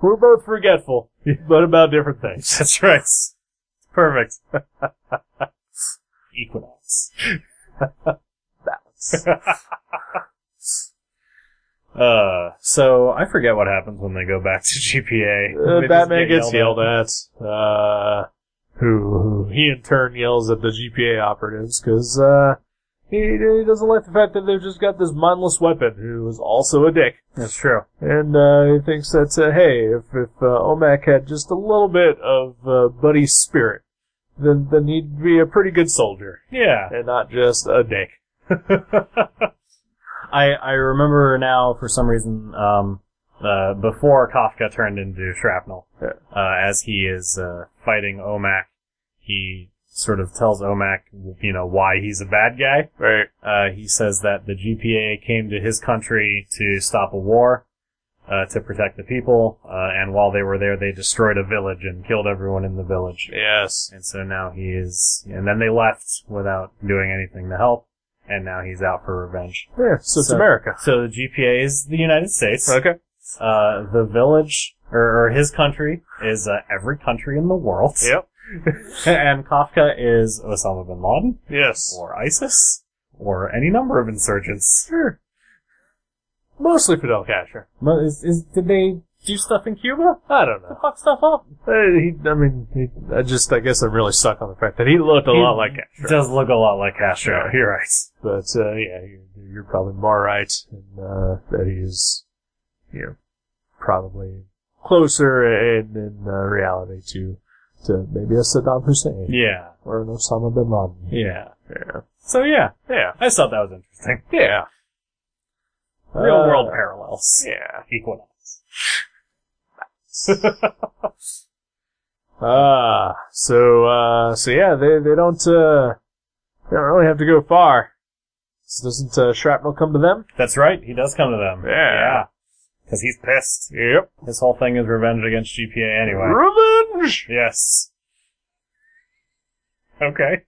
[SPEAKER 1] We're both forgetful, but about different things.
[SPEAKER 2] That's right. Perfect. Equinox.
[SPEAKER 1] Balance.
[SPEAKER 2] Uh, so I forget what happens when they go back to GPA.
[SPEAKER 1] Uh,
[SPEAKER 2] They just
[SPEAKER 1] Batman
[SPEAKER 2] get
[SPEAKER 1] gets yelled at. uh, who, who he in turn yells at the GPA operatives because uh, he, he doesn't like the fact that they've just got this mindless weapon who is also a dick,
[SPEAKER 2] That's true.
[SPEAKER 1] and uh, he thinks that uh, hey, if if uh, Omak had just a little bit of uh, buddy spirit, then then he'd be a pretty good soldier
[SPEAKER 2] Yeah.
[SPEAKER 1] and not just a dick.
[SPEAKER 2] I, I remember now for some reason, um, uh, before Kafka turned into shrapnel,
[SPEAKER 1] Yeah.
[SPEAKER 2] uh, as he is, uh, fighting Omak, he sort of tells Omak, you know, why he's a bad guy.
[SPEAKER 1] Right.
[SPEAKER 2] Uh, he says that the GPA came to his country to stop a war, uh, to protect the people. Uh, and while they were there, they destroyed a village and killed everyone in the village.
[SPEAKER 1] Yes.
[SPEAKER 2] And so now he is, and then they left without doing anything to help, and now he's out for revenge.
[SPEAKER 1] Yeah, so it's
[SPEAKER 2] So-
[SPEAKER 1] America.
[SPEAKER 2] So the GPA is the United States.
[SPEAKER 1] Okay.
[SPEAKER 2] Uh, the village, or, or his country, is uh, every country in the world.
[SPEAKER 1] Yep.
[SPEAKER 2] and Kafka is Osama bin Laden,
[SPEAKER 1] Yes.
[SPEAKER 2] or ISIS, or any number of insurgents.
[SPEAKER 1] Sure. Mostly Fidel Castro.
[SPEAKER 2] Mo- Is, is, did they do stuff in Cuba?
[SPEAKER 1] I don't
[SPEAKER 2] To
[SPEAKER 1] know.
[SPEAKER 2] fuck stuff up?
[SPEAKER 1] Uh, he, I mean, he, I just, I guess I'm really stuck on the fact that he looked a
[SPEAKER 2] He
[SPEAKER 1] lot like Castro.
[SPEAKER 2] Does look a lot like Castro.
[SPEAKER 1] Yeah.
[SPEAKER 2] You're right.
[SPEAKER 1] But uh, yeah, you're, you're probably more right in uh, that he's, you know, probably closer in, in uh, reality to to maybe a Saddam Hussein
[SPEAKER 2] Yeah.
[SPEAKER 1] or an Osama bin Laden.
[SPEAKER 2] Yeah.
[SPEAKER 1] Yeah,
[SPEAKER 2] So yeah,
[SPEAKER 1] yeah,
[SPEAKER 2] I just thought that was interesting.
[SPEAKER 1] yeah.
[SPEAKER 2] Real
[SPEAKER 1] Uh,
[SPEAKER 2] world parallels.
[SPEAKER 1] Yeah.
[SPEAKER 2] Equinox.
[SPEAKER 1] Ah, so uh, so yeah, they they don't uh, they don't really have to go far. So doesn't uh, shrapnel come to them?
[SPEAKER 2] That's right. He does come to them.
[SPEAKER 1] Yeah.
[SPEAKER 2] Because he's pissed.
[SPEAKER 1] Yep.
[SPEAKER 2] His whole thing is revenge against GPA anyway.
[SPEAKER 1] Revenge.
[SPEAKER 2] Yes. Okay.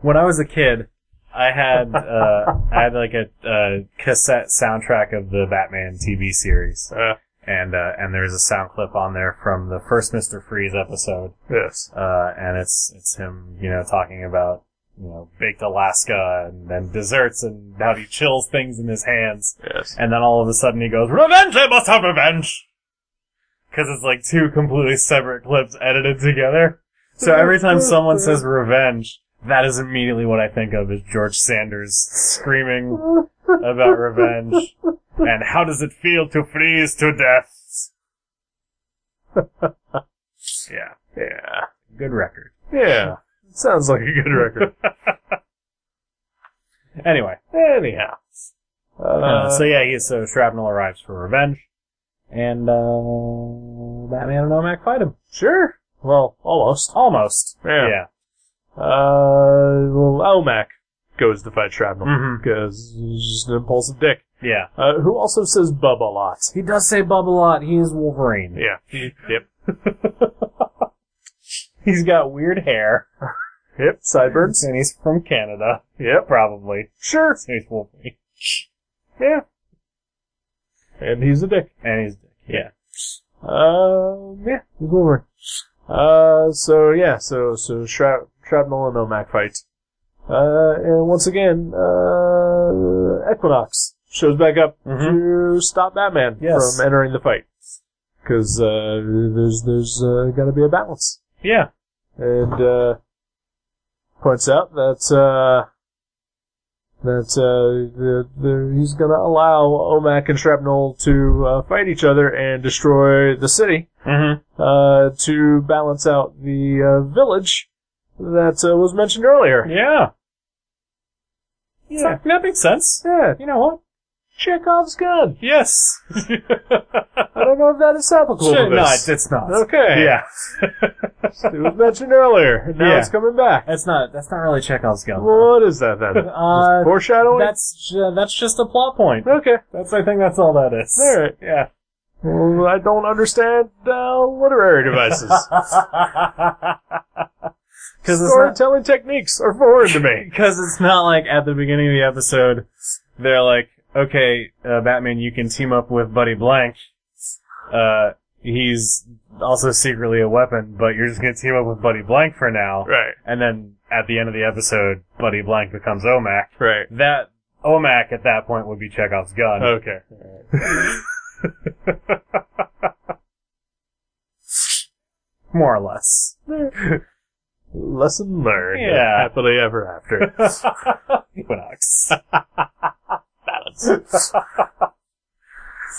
[SPEAKER 2] when I was a kid, I had uh, I had like a, a cassette soundtrack of the Batman TV series,
[SPEAKER 1] Uh,
[SPEAKER 2] and uh, and there's a sound clip on there from the first Mister Freeze episode,
[SPEAKER 1] yes.
[SPEAKER 2] uh, and it's it's him, you know, talking about you know baked Alaska and, and desserts and how he chills things in his hands,
[SPEAKER 1] Yes.
[SPEAKER 2] and then all of a sudden he goes, "Revenge! I must have revenge!" Because it's like two completely separate clips edited together. So every time someone says revenge, that is immediately what I think of is George Sanders screaming about revenge and how does it feel to freeze to death? yeah,
[SPEAKER 1] Yeah.
[SPEAKER 2] good record.
[SPEAKER 1] Yeah. Sounds like a good record.
[SPEAKER 2] Anyway,
[SPEAKER 1] Anyhow.
[SPEAKER 2] uh,
[SPEAKER 1] Uh,
[SPEAKER 2] so yeah, he, so Shrapnel arrives for revenge, and uh, Batman and Omak fight him.
[SPEAKER 1] sure. Well, almost.
[SPEAKER 2] Almost.
[SPEAKER 1] Yeah. Uh, well, Elmac goes to fight Shrapnel.
[SPEAKER 2] Mhm.
[SPEAKER 1] Because he's just an impulsive dick.
[SPEAKER 2] Yeah.
[SPEAKER 1] Uh, who also says bub a lot.
[SPEAKER 2] He does say Bub a lot. He is Wolverine.
[SPEAKER 1] Yeah. yep.
[SPEAKER 2] He's got weird hair.
[SPEAKER 1] Yep. Sideburns.
[SPEAKER 2] And he's from Canada.
[SPEAKER 1] Yep.
[SPEAKER 2] Probably.
[SPEAKER 1] Sure.
[SPEAKER 2] So he's Wolverine.
[SPEAKER 1] Yeah. And he's a dick.
[SPEAKER 2] And he's, yeah.
[SPEAKER 1] Um, yeah, he's Wolverine. Uh, so yeah, so so Shrap- Shrapnel and Omak fight. Uh, and once again, uh, Equinox shows back up to stop Batman
[SPEAKER 2] Yes.
[SPEAKER 1] from entering the fight. Cause, uh, there's, there's, uh, gotta be a balance.
[SPEAKER 2] Yeah.
[SPEAKER 1] And, uh, points out that, uh, that, uh, the, the, he's gonna allow Omak and Shrapnel to, uh, fight each other and destroy the city
[SPEAKER 2] Mm-hmm.
[SPEAKER 1] uh, to balance out the uh, village that uh, was mentioned earlier.
[SPEAKER 2] Yeah. So, that makes sense.
[SPEAKER 1] Yeah,
[SPEAKER 2] You know what?
[SPEAKER 1] Chekhov's gun.
[SPEAKER 2] Yes.
[SPEAKER 1] I don't know if that is applicable
[SPEAKER 2] Shit,
[SPEAKER 1] to
[SPEAKER 2] no,
[SPEAKER 1] this.
[SPEAKER 2] it's it's not.
[SPEAKER 1] Okay.
[SPEAKER 2] Yeah.
[SPEAKER 1] It was mentioned earlier, and now
[SPEAKER 2] Yeah.
[SPEAKER 1] it's coming back.
[SPEAKER 2] That's not, that's not really Chekhov's gun.
[SPEAKER 1] Well, what is that then? Just
[SPEAKER 2] Uh,
[SPEAKER 1] foreshadowing?
[SPEAKER 2] that's, ju- that's just a plot point.
[SPEAKER 1] okay.
[SPEAKER 2] That's, I think that's all that is.
[SPEAKER 1] All right.
[SPEAKER 2] Yeah.
[SPEAKER 1] Well, I don't understand uh, literary devices.
[SPEAKER 2] Cause it's not,
[SPEAKER 1] Storytelling techniques are foreign to me.
[SPEAKER 2] because it's not like at the beginning of the episode, they're like, okay, uh, Batman, you can team up with Buddy Blank. Uh, he's also secretly a weapon, but you're just gonna team up with Buddy Blank for now.
[SPEAKER 1] Right.
[SPEAKER 2] And then at the end of the episode, Buddy Blank becomes Omac.
[SPEAKER 1] Right.
[SPEAKER 2] That, Omac at that point would be Chekhov's gun.
[SPEAKER 1] Okay.
[SPEAKER 2] More or less.
[SPEAKER 1] Lesson learned.
[SPEAKER 2] Yeah.
[SPEAKER 1] Happily ever after.
[SPEAKER 2] Equinox. Balance.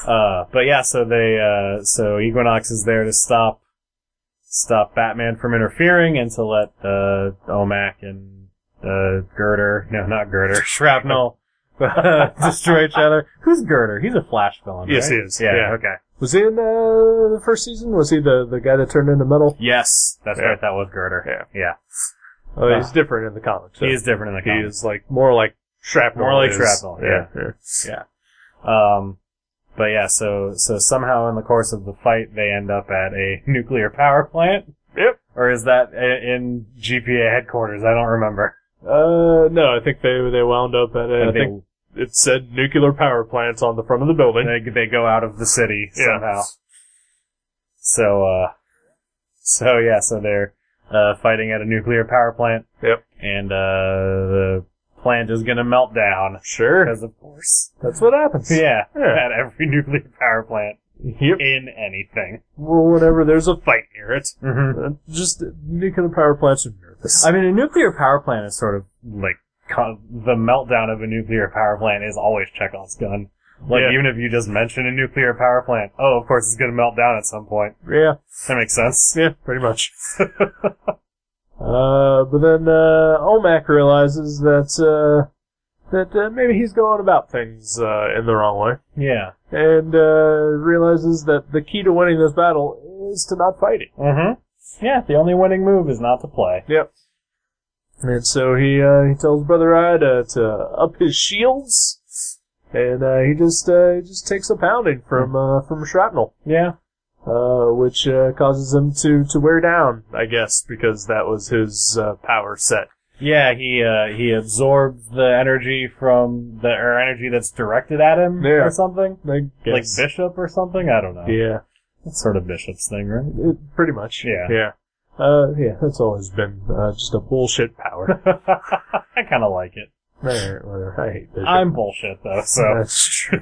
[SPEAKER 2] uh, but yeah, so they, uh, so Equinox is there to stop, stop Batman from interfering and to let, uh, Omac and, uh, Girder, no, not Girder, Shrapnel, destroy each other. Who's Girder? He's a Flash villain,
[SPEAKER 1] Yes,
[SPEAKER 2] right?
[SPEAKER 1] he is.
[SPEAKER 2] Yeah,
[SPEAKER 1] Yeah.
[SPEAKER 2] okay.
[SPEAKER 1] Was he in uh, the first season? Was he the, the guy that turned into metal?
[SPEAKER 2] Yes, that's
[SPEAKER 1] Yeah.
[SPEAKER 2] right, that was Girder. Yeah.
[SPEAKER 1] Oh, he's different in the comics.
[SPEAKER 2] He is different in the
[SPEAKER 1] He
[SPEAKER 2] comics.
[SPEAKER 1] is like more like Shrapnel.
[SPEAKER 2] More like
[SPEAKER 1] is.
[SPEAKER 2] shrapnel, yeah. Yeah. Um, but yeah, so, so somehow in the course of the fight, they end up at a nuclear power plant?
[SPEAKER 1] Yep.
[SPEAKER 2] Or is that i- in GPA headquarters? I don't remember.
[SPEAKER 1] Uh, no, I think they they wound up at a, I
[SPEAKER 2] And they,
[SPEAKER 1] think it said nuclear power plants on the front of the building.
[SPEAKER 2] they, they go out of the city
[SPEAKER 1] Yeah.
[SPEAKER 2] somehow. So, uh, so yeah, so they're, uh, fighting at a nuclear power plant.
[SPEAKER 1] Yep.
[SPEAKER 2] And, uh, the plant is gonna melt down.
[SPEAKER 1] Sure,
[SPEAKER 2] Because of course.
[SPEAKER 1] that's what happens.
[SPEAKER 2] Yeah.
[SPEAKER 1] Yeah.
[SPEAKER 2] At every nuclear power plant.
[SPEAKER 1] Yep.
[SPEAKER 2] In anything.
[SPEAKER 1] Well, whenever there's a fight near it,
[SPEAKER 2] Mm-hmm.
[SPEAKER 1] uh, just nuclear power plants are nervous.
[SPEAKER 2] I mean, a nuclear power plant is sort of like co- the meltdown of a nuclear power plant is always Chekhov's gun. Like
[SPEAKER 1] Yeah.
[SPEAKER 2] even if you just mention a nuclear power plant, oh, of course it's going to melt down at some point.
[SPEAKER 1] yeah.
[SPEAKER 2] That makes sense.
[SPEAKER 1] Yeah, pretty much. uh, but then uh, Olmec realizes that uh, that uh, maybe he's going about things uh, in the wrong way,
[SPEAKER 2] Yeah.
[SPEAKER 1] and uh, realizes that the key to winning this battle is to not fight it.
[SPEAKER 2] Mm-hmm. Yeah. The only winning move is not to play.
[SPEAKER 1] Yep. And so he uh, he tells Brother Eye to, to up his shields, and uh, he just uh, he just takes a pounding from uh, from shrapnel.
[SPEAKER 2] Yeah.
[SPEAKER 1] uh, which uh, causes him to, to wear down, I guess, because that was his uh, power set.
[SPEAKER 2] Yeah. He uh, he absorbed the energy from the or energy that's directed at him
[SPEAKER 1] Yeah.
[SPEAKER 2] or something.
[SPEAKER 1] I guess.
[SPEAKER 2] Like bishop or something. I don't know.
[SPEAKER 1] yeah,
[SPEAKER 2] That's sort of bishop's thing, right?
[SPEAKER 1] it- pretty much.
[SPEAKER 2] Yeah.
[SPEAKER 1] yeah, uh, yeah. That's always been uh, just a bullshit power.
[SPEAKER 2] I kind of like it.
[SPEAKER 1] Alright, whatever. I hate this.
[SPEAKER 2] I'm bullshit though, so.
[SPEAKER 1] That's true.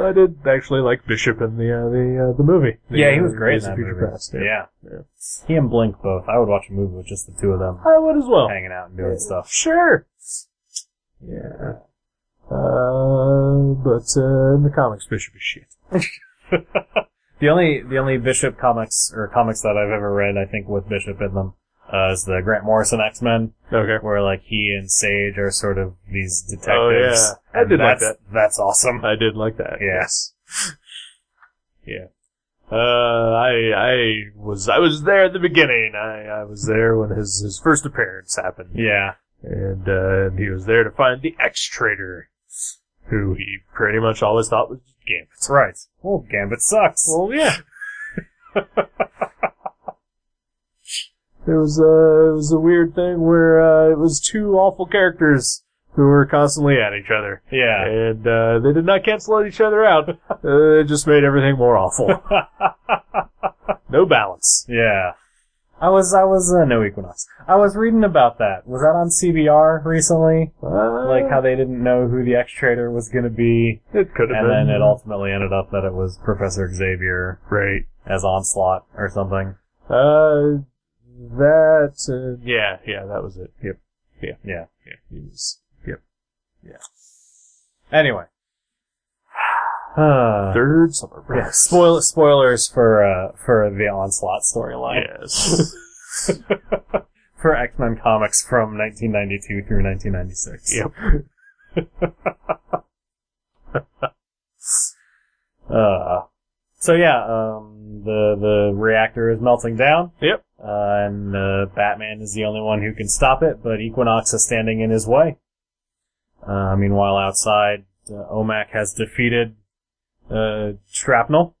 [SPEAKER 1] I did actually like Bishop in the uh, the uh, the movie. The,
[SPEAKER 2] Yeah, he was
[SPEAKER 1] uh,
[SPEAKER 2] great in
[SPEAKER 1] Days of
[SPEAKER 2] that
[SPEAKER 1] Future
[SPEAKER 2] movie.
[SPEAKER 1] Past, yeah.
[SPEAKER 2] Yeah.
[SPEAKER 1] Yeah.
[SPEAKER 2] He and Blink both. I would watch a movie with just the two of them
[SPEAKER 1] I would as well.
[SPEAKER 2] hanging out and doing stuff.
[SPEAKER 1] Sure. Yeah. Uh, but uh, in the comics, Bishop is shit.
[SPEAKER 2] The only the only Bishop comics or comics that I've ever read, I think, with Bishop in them, uh, is the Grant Morrison X Men,
[SPEAKER 1] Okay.
[SPEAKER 2] where like he and Sage are sort of these detectives.
[SPEAKER 1] Oh, yeah. I
[SPEAKER 2] And
[SPEAKER 1] did like
[SPEAKER 2] that's, That's awesome.
[SPEAKER 1] I did like that.
[SPEAKER 2] Yes.
[SPEAKER 1] Uh, I I was I was there at the beginning. I, I was there when his his first appearance happened.
[SPEAKER 2] Yeah.
[SPEAKER 1] And uh, and he was there to find the X traitor, who he pretty much always thought was Gambit.
[SPEAKER 2] Right. Well, Gambit sucks.
[SPEAKER 1] Well, yeah. there was a it was a weird thing where uh, it was two awful characters who were constantly at each other,
[SPEAKER 2] yeah.
[SPEAKER 1] and uh, they did not cancel each other out. uh, it just made everything more awful. no balance.
[SPEAKER 2] Yeah. I was, I was, uh, no Equinox. I was reading about that. Was that on CBR recently?
[SPEAKER 1] Uh,
[SPEAKER 2] Like how they didn't know who the X-Trader was gonna be,
[SPEAKER 1] it could have
[SPEAKER 2] and
[SPEAKER 1] been.
[SPEAKER 2] then it ultimately ended up that it was Professor Xavier
[SPEAKER 1] right.
[SPEAKER 2] as Onslaught or something.
[SPEAKER 1] Uh, that. Uh, yeah, yeah, that was it. Yep. Yeah.
[SPEAKER 2] Yeah.
[SPEAKER 1] Yeah. He was. Yep.
[SPEAKER 2] Anyway. Uh,
[SPEAKER 1] Third summer break.
[SPEAKER 2] yeah, spoil, spoilers for, uh, for the Onslaught storyline.
[SPEAKER 1] Yes.
[SPEAKER 2] For X-Men comics from 1992 through 1996.
[SPEAKER 1] Yep.
[SPEAKER 2] Uh, so yeah, um, the the reactor is melting down.
[SPEAKER 1] Yep.
[SPEAKER 2] Uh, and uh, Batman is the only one who can stop it, but Equinox is standing in his way. Uh, meanwhile, outside, uh, Omak has defeated uh, Shrapnel,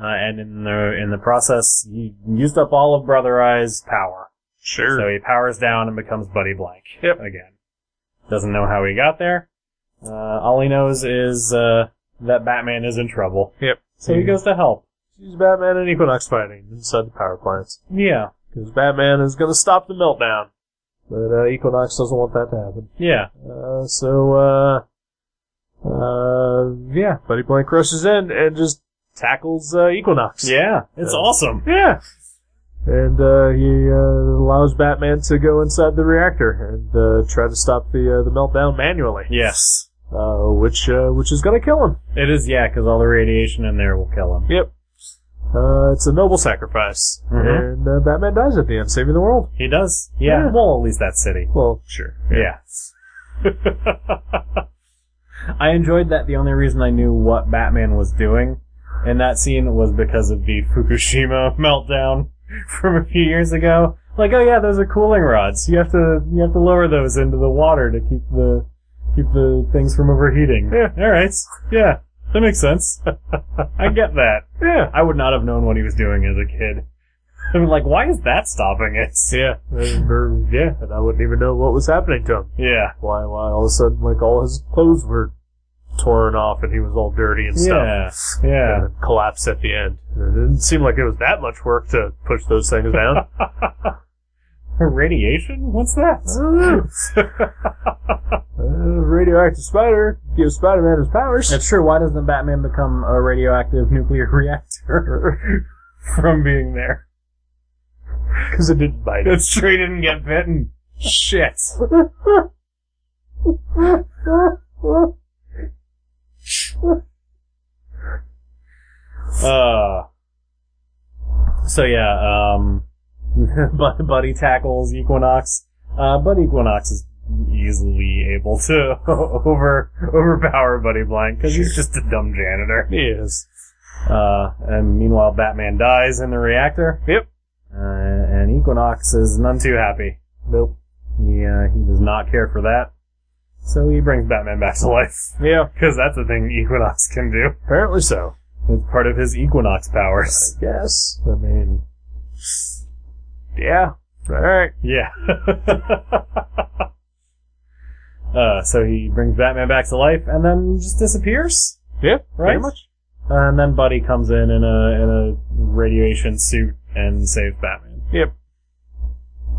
[SPEAKER 2] uh, and in the in the process, he used up all of Brother Eye's power.
[SPEAKER 1] Sure.
[SPEAKER 2] So he powers down and becomes Buddy Blank.
[SPEAKER 1] Yep.
[SPEAKER 2] Again. Doesn't know how he got there. Uh, all he knows is uh, that Batman is in trouble.
[SPEAKER 1] Yep.
[SPEAKER 2] So he
[SPEAKER 1] Mhm.
[SPEAKER 2] goes to help.
[SPEAKER 1] She's Batman and Equinox fighting inside the power plants.
[SPEAKER 2] Yeah.
[SPEAKER 1] Because Batman is going to stop the meltdown. But uh, Equinox doesn't want that to happen.
[SPEAKER 2] Yeah.
[SPEAKER 1] Uh, so, uh, uh, yeah, Buddy Blank rushes in and just tackles uh, Equinox.
[SPEAKER 2] Yeah. It's
[SPEAKER 1] Uh,
[SPEAKER 2] awesome.
[SPEAKER 1] Yeah. And uh, he uh, allows Batman to go inside the reactor and uh, try to stop the uh, the meltdown manually.
[SPEAKER 2] Yes.
[SPEAKER 1] Uh, which uh, which is going to kill him.
[SPEAKER 2] It is, yeah, because all the radiation in there will kill him.
[SPEAKER 1] Yep. Uh, it's a noble sacrifice,
[SPEAKER 2] Mhm.
[SPEAKER 1] and uh, Batman dies at the end, saving the world.
[SPEAKER 2] He does. Yeah.
[SPEAKER 1] Yeah.
[SPEAKER 2] Well, at least that city.
[SPEAKER 1] Well, sure.
[SPEAKER 2] Yeah. I enjoyed that. The only reason I knew what Batman was doing in that scene was because of the Fukushima meltdown from a few years ago. Like, oh yeah, those are cooling rods. You have to you have to lower those into the water to keep the keep the things from overheating.
[SPEAKER 1] Yeah.
[SPEAKER 2] All right. Yeah. That makes sense. I get that.
[SPEAKER 1] Yeah.
[SPEAKER 2] I would not have known what he was doing as a kid. I was like, why is that stopping it?
[SPEAKER 1] Yeah, and, or, yeah, and I wouldn't even know what was happening to him.
[SPEAKER 2] Yeah.
[SPEAKER 1] Why, why all of a sudden, like, all his clothes were torn off and he was all dirty and stuff.
[SPEAKER 2] Yeah. Yeah.
[SPEAKER 1] And then collapsed at the end. And it didn't seem like it was that much work to push those things down.
[SPEAKER 2] Radiation? What's that?
[SPEAKER 1] Uh, radioactive spider gives Spider-Man his powers.
[SPEAKER 2] That's true. Why doesn't Batman become a radioactive nuclear reactor from being there?
[SPEAKER 1] Because it didn't bite him.
[SPEAKER 2] That's true. He didn't get bitten. Shit. Uh, so yeah, um, Bud- Buddy tackles Equinox. Uh, but Equinox is easily able to over overpower Buddy Blank because he's just a dumb janitor.
[SPEAKER 1] He is.
[SPEAKER 2] Uh, and meanwhile, Batman dies in the reactor.
[SPEAKER 1] Yep.
[SPEAKER 2] Uh, and Equinox is none too happy.
[SPEAKER 1] Nope.
[SPEAKER 2] He uh, he does not care for that. So he brings Batman back to life
[SPEAKER 1] Yeah,
[SPEAKER 2] because that's a thing Equinox can do.
[SPEAKER 1] apparently so.
[SPEAKER 2] It's part of his Equinox powers.
[SPEAKER 1] I guess. I mean, yeah. All right.
[SPEAKER 2] Yeah. uh, so he brings Batman back to life and then just disappears,
[SPEAKER 1] Yeah.
[SPEAKER 2] right?
[SPEAKER 1] Pretty much.
[SPEAKER 2] And then Buddy comes in in a in a radiation suit and saves Batman.
[SPEAKER 1] Yep.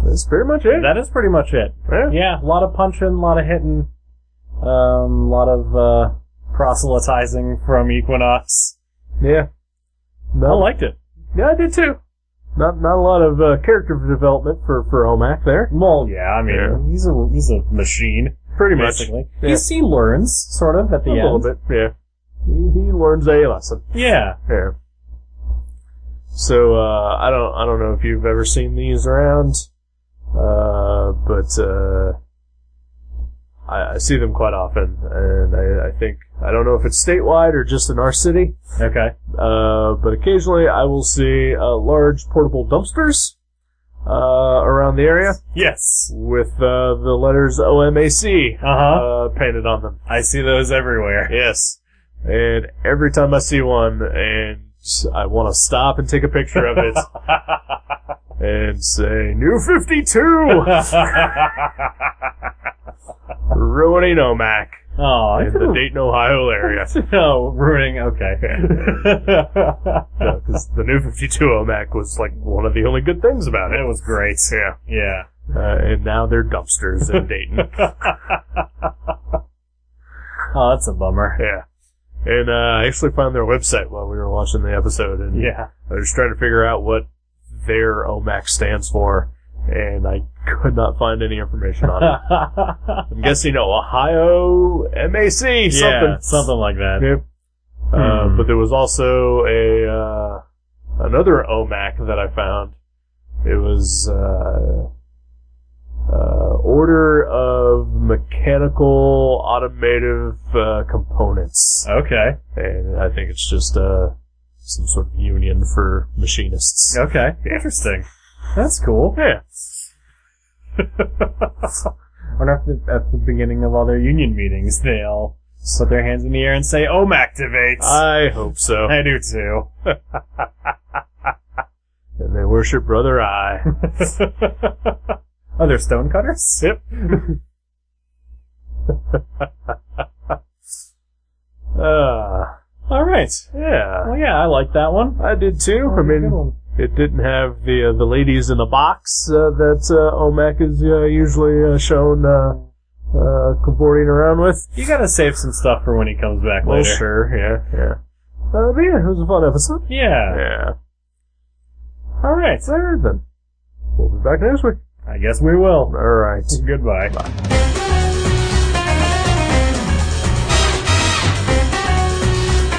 [SPEAKER 1] That's pretty much it.
[SPEAKER 2] That is pretty much it.
[SPEAKER 1] yeah.
[SPEAKER 2] Yeah, a lot of punching, a lot of hitting, um, a lot of uh, proselytizing from Equinox.
[SPEAKER 1] Yeah.
[SPEAKER 2] I
[SPEAKER 1] No,
[SPEAKER 2] liked it.
[SPEAKER 1] yeah, I did too. Not not a lot of uh, character development for for Omac there.
[SPEAKER 2] Well, yeah, I mean,
[SPEAKER 1] Yeah.
[SPEAKER 2] he's a he's a machine,
[SPEAKER 1] Pretty
[SPEAKER 2] basically.
[SPEAKER 1] Yeah.
[SPEAKER 2] He's, he learns sort of at
[SPEAKER 1] a
[SPEAKER 2] the
[SPEAKER 1] little
[SPEAKER 2] end.
[SPEAKER 1] bit. Yeah. He, he learns a lesson.
[SPEAKER 2] Yeah,
[SPEAKER 1] Yeah. So uh, I don't I don't know if you've ever seen these around, uh, but uh, I, I see them quite often, and I, I think I don't know if it's statewide or just in our city,
[SPEAKER 2] okay.
[SPEAKER 1] uh, but occasionally I will see uh, large portable dumpsters uh, around the area
[SPEAKER 2] Yes.
[SPEAKER 1] with uh, the letters OMAC
[SPEAKER 2] Uh huh.
[SPEAKER 1] uh, painted on them.
[SPEAKER 2] I see those everywhere.
[SPEAKER 1] Yes. And every time I see one, and I want to stop and take a picture of it and say, New 52! Ruining OMAC
[SPEAKER 2] oh,
[SPEAKER 1] in the Dayton, Ohio area.
[SPEAKER 2] No, Oh, ruining. Okay. that
[SPEAKER 1] Because the New 52 OMAC was like one of the only good things about it.
[SPEAKER 2] was great.
[SPEAKER 1] Yeah.
[SPEAKER 2] Yeah.
[SPEAKER 1] Uh, and now they're dumpsters in Dayton.
[SPEAKER 2] Oh, that's a bummer.
[SPEAKER 1] yeah. And uh, I actually found their website while we were watching the episode. And
[SPEAKER 2] Yeah.
[SPEAKER 1] I was trying to figure out what their OMAC stands for, and I could not find any information on it. I'm guessing Ohio MAC
[SPEAKER 2] Yeah,
[SPEAKER 1] something.
[SPEAKER 2] something like that.
[SPEAKER 1] Yep. Uh,
[SPEAKER 2] Hmm.
[SPEAKER 1] but there was also a uh, another OMAC that I found. It was uh, uh, Order of Mechanical Automotive uh, Components,
[SPEAKER 2] Okay.
[SPEAKER 1] and I think it's just uh, some sort of union for machinists.
[SPEAKER 2] Okay. Interesting. That's cool.
[SPEAKER 1] Yeah.
[SPEAKER 2] I wonder if the, at the beginning of all their union meetings, they'll put their hands in the air and say, "Om activates."
[SPEAKER 1] I hope so.
[SPEAKER 2] I do too.
[SPEAKER 1] And they worship Brother I.
[SPEAKER 2] Are there stonecutters?
[SPEAKER 1] Yep. uh,
[SPEAKER 2] All right.
[SPEAKER 1] yeah.
[SPEAKER 2] Well, yeah, I like that one. Oh,
[SPEAKER 1] I did too. I
[SPEAKER 2] Good
[SPEAKER 1] mean,
[SPEAKER 2] one.
[SPEAKER 1] it didn't have the uh, the ladies in the box uh, that uh, Omac is uh, usually uh, shown uh, uh, cavorting around with.
[SPEAKER 2] you gotta save some stuff for when he comes back
[SPEAKER 1] Well,
[SPEAKER 2] later.
[SPEAKER 1] sure, yeah, yeah. Uh, but yeah, it was a fun episode.
[SPEAKER 2] Yeah.
[SPEAKER 1] Yeah.
[SPEAKER 2] All right.
[SPEAKER 1] There then. We'll be back next week.
[SPEAKER 2] I guess we will.
[SPEAKER 1] All right.
[SPEAKER 2] Goodbye.